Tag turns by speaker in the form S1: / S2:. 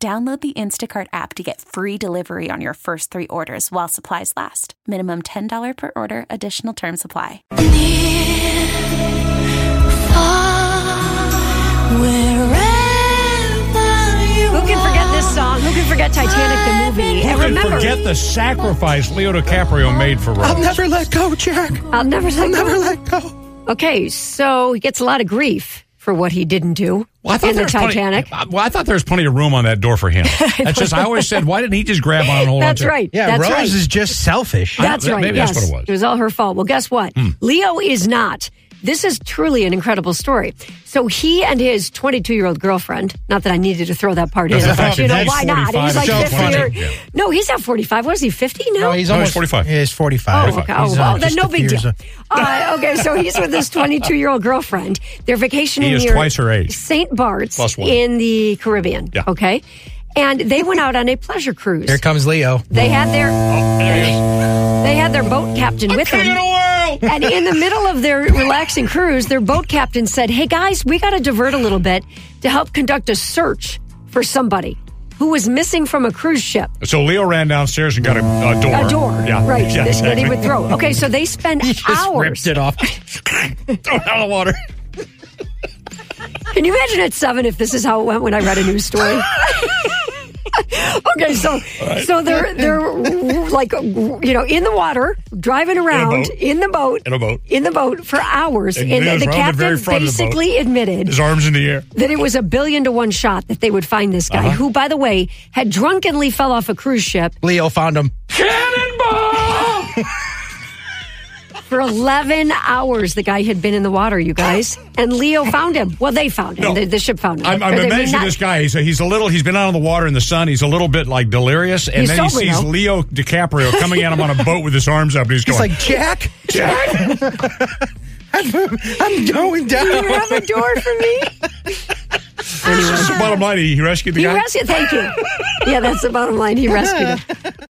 S1: Download the Instacart app to get free delivery on your first three orders while supplies last. Minimum $10 per order, additional term supply.
S2: Who can forget this song? Who can forget Titanic the movie?
S3: Who
S2: and
S3: can
S2: remember,
S3: forget the sacrifice Leo DiCaprio made for Rose?
S4: I'll never let go, Jack.
S2: I'll never
S4: I'll
S2: let
S4: never
S2: go.
S4: let go.
S2: Okay, so he gets a lot of grief for what he didn't do in the
S3: there was plenty-
S2: Titanic.
S3: uh, well, I thought there was plenty of room on that door for him. That's just I always said, why didn't he just grab on and hold on
S2: That's
S3: to it?
S2: right.
S4: Yeah,
S2: that's
S4: Rose
S2: right.
S4: is just selfish.
S2: That's
S3: I-
S2: right.
S3: maybe
S2: yes.
S3: that's what it was. Hmm.
S2: all her fault. Well, guess what? Leo is not. This is truly an incredible story. So he and his 22 year old girlfriend, not that I needed to throw that part in,
S3: That's
S2: but
S3: actually-
S2: you know,
S3: that's
S2: why not?
S3: 45.
S2: He's like
S3: That's
S2: 50 or,
S3: funny. Yeah.
S2: no, he's not 45. What is he, 50 now?
S3: No,
S4: No, he's
S3: he's
S4: almost
S3: 45.
S4: Yeah, he's
S2: Oh,
S4: 45.
S2: okay. Oh,
S4: He's, uh,
S2: well, then
S4: just
S2: no
S4: a few
S2: big
S4: years,
S2: deal.
S4: uh,
S2: Uh, okay, so he's with his 22 year old girlfriend. They're vacationing
S3: He is
S2: near
S3: twice her age.
S2: St. Bart's
S3: Plus one.
S2: in the Caribbean.
S3: Yeah.
S2: Okay. And they went out on a pleasure cruise.
S4: Here comes Leo.
S2: They had their
S3: There he is.
S2: they had their boat captain with them.
S3: King of the world.
S2: And in the middle of their relaxing cruise, their boat captain said, Hey guys, we got to divert a little bit to help conduct a search for somebody who was missing from a cruise ship.
S3: So Leo ran downstairs and got a, a door.
S2: A door.
S3: Yeah.
S2: Right. that,
S3: Yeah,
S2: that
S3: exactly.
S2: he would throw. Okay, so they spend
S4: He just
S2: hours.
S4: ripped it off.
S3: Throw it out of the water.
S2: Can you imagine at seven if this is how it went when I read a news story? okay, so so they're they're like you know in the water, driving around
S3: boat.
S2: in the boat,
S3: In a boat.
S2: in the boat for hours,
S3: And
S2: and,
S3: he was
S2: the
S3: around the
S2: captain
S3: very front of the boat.
S2: basically admitted
S3: His arms in the air.
S2: that it was a billion to one shot that they would find this
S3: Uh-huh.
S2: guy, who, by the way, had drunkenly fell off a cruise ship
S4: Leo found him.
S2: for 11 hours. The guy had been in the water, you guys. And Leo found him. Well, they found him.
S3: No.
S2: The, the ship found him.
S3: I'm, I'm
S2: Or they-
S3: imagining
S2: not-
S3: this guy. He's a, he's a little. He's been out on the water in the sun. He's a little bit like delirious, and
S2: He's
S3: then
S2: sober,
S3: he sees
S2: though.
S3: Leo DiCaprio coming at him on a boat with his arms up. And he's
S4: He's
S3: going,
S4: like, Jack,
S3: "Jack."
S4: I'm going
S2: Do you
S4: down.
S2: have a door for me?
S3: Bottom line, he rescued the
S2: He
S3: guy.
S2: rescued. Thank you. Yeah, that's the bottom line. He rescued him.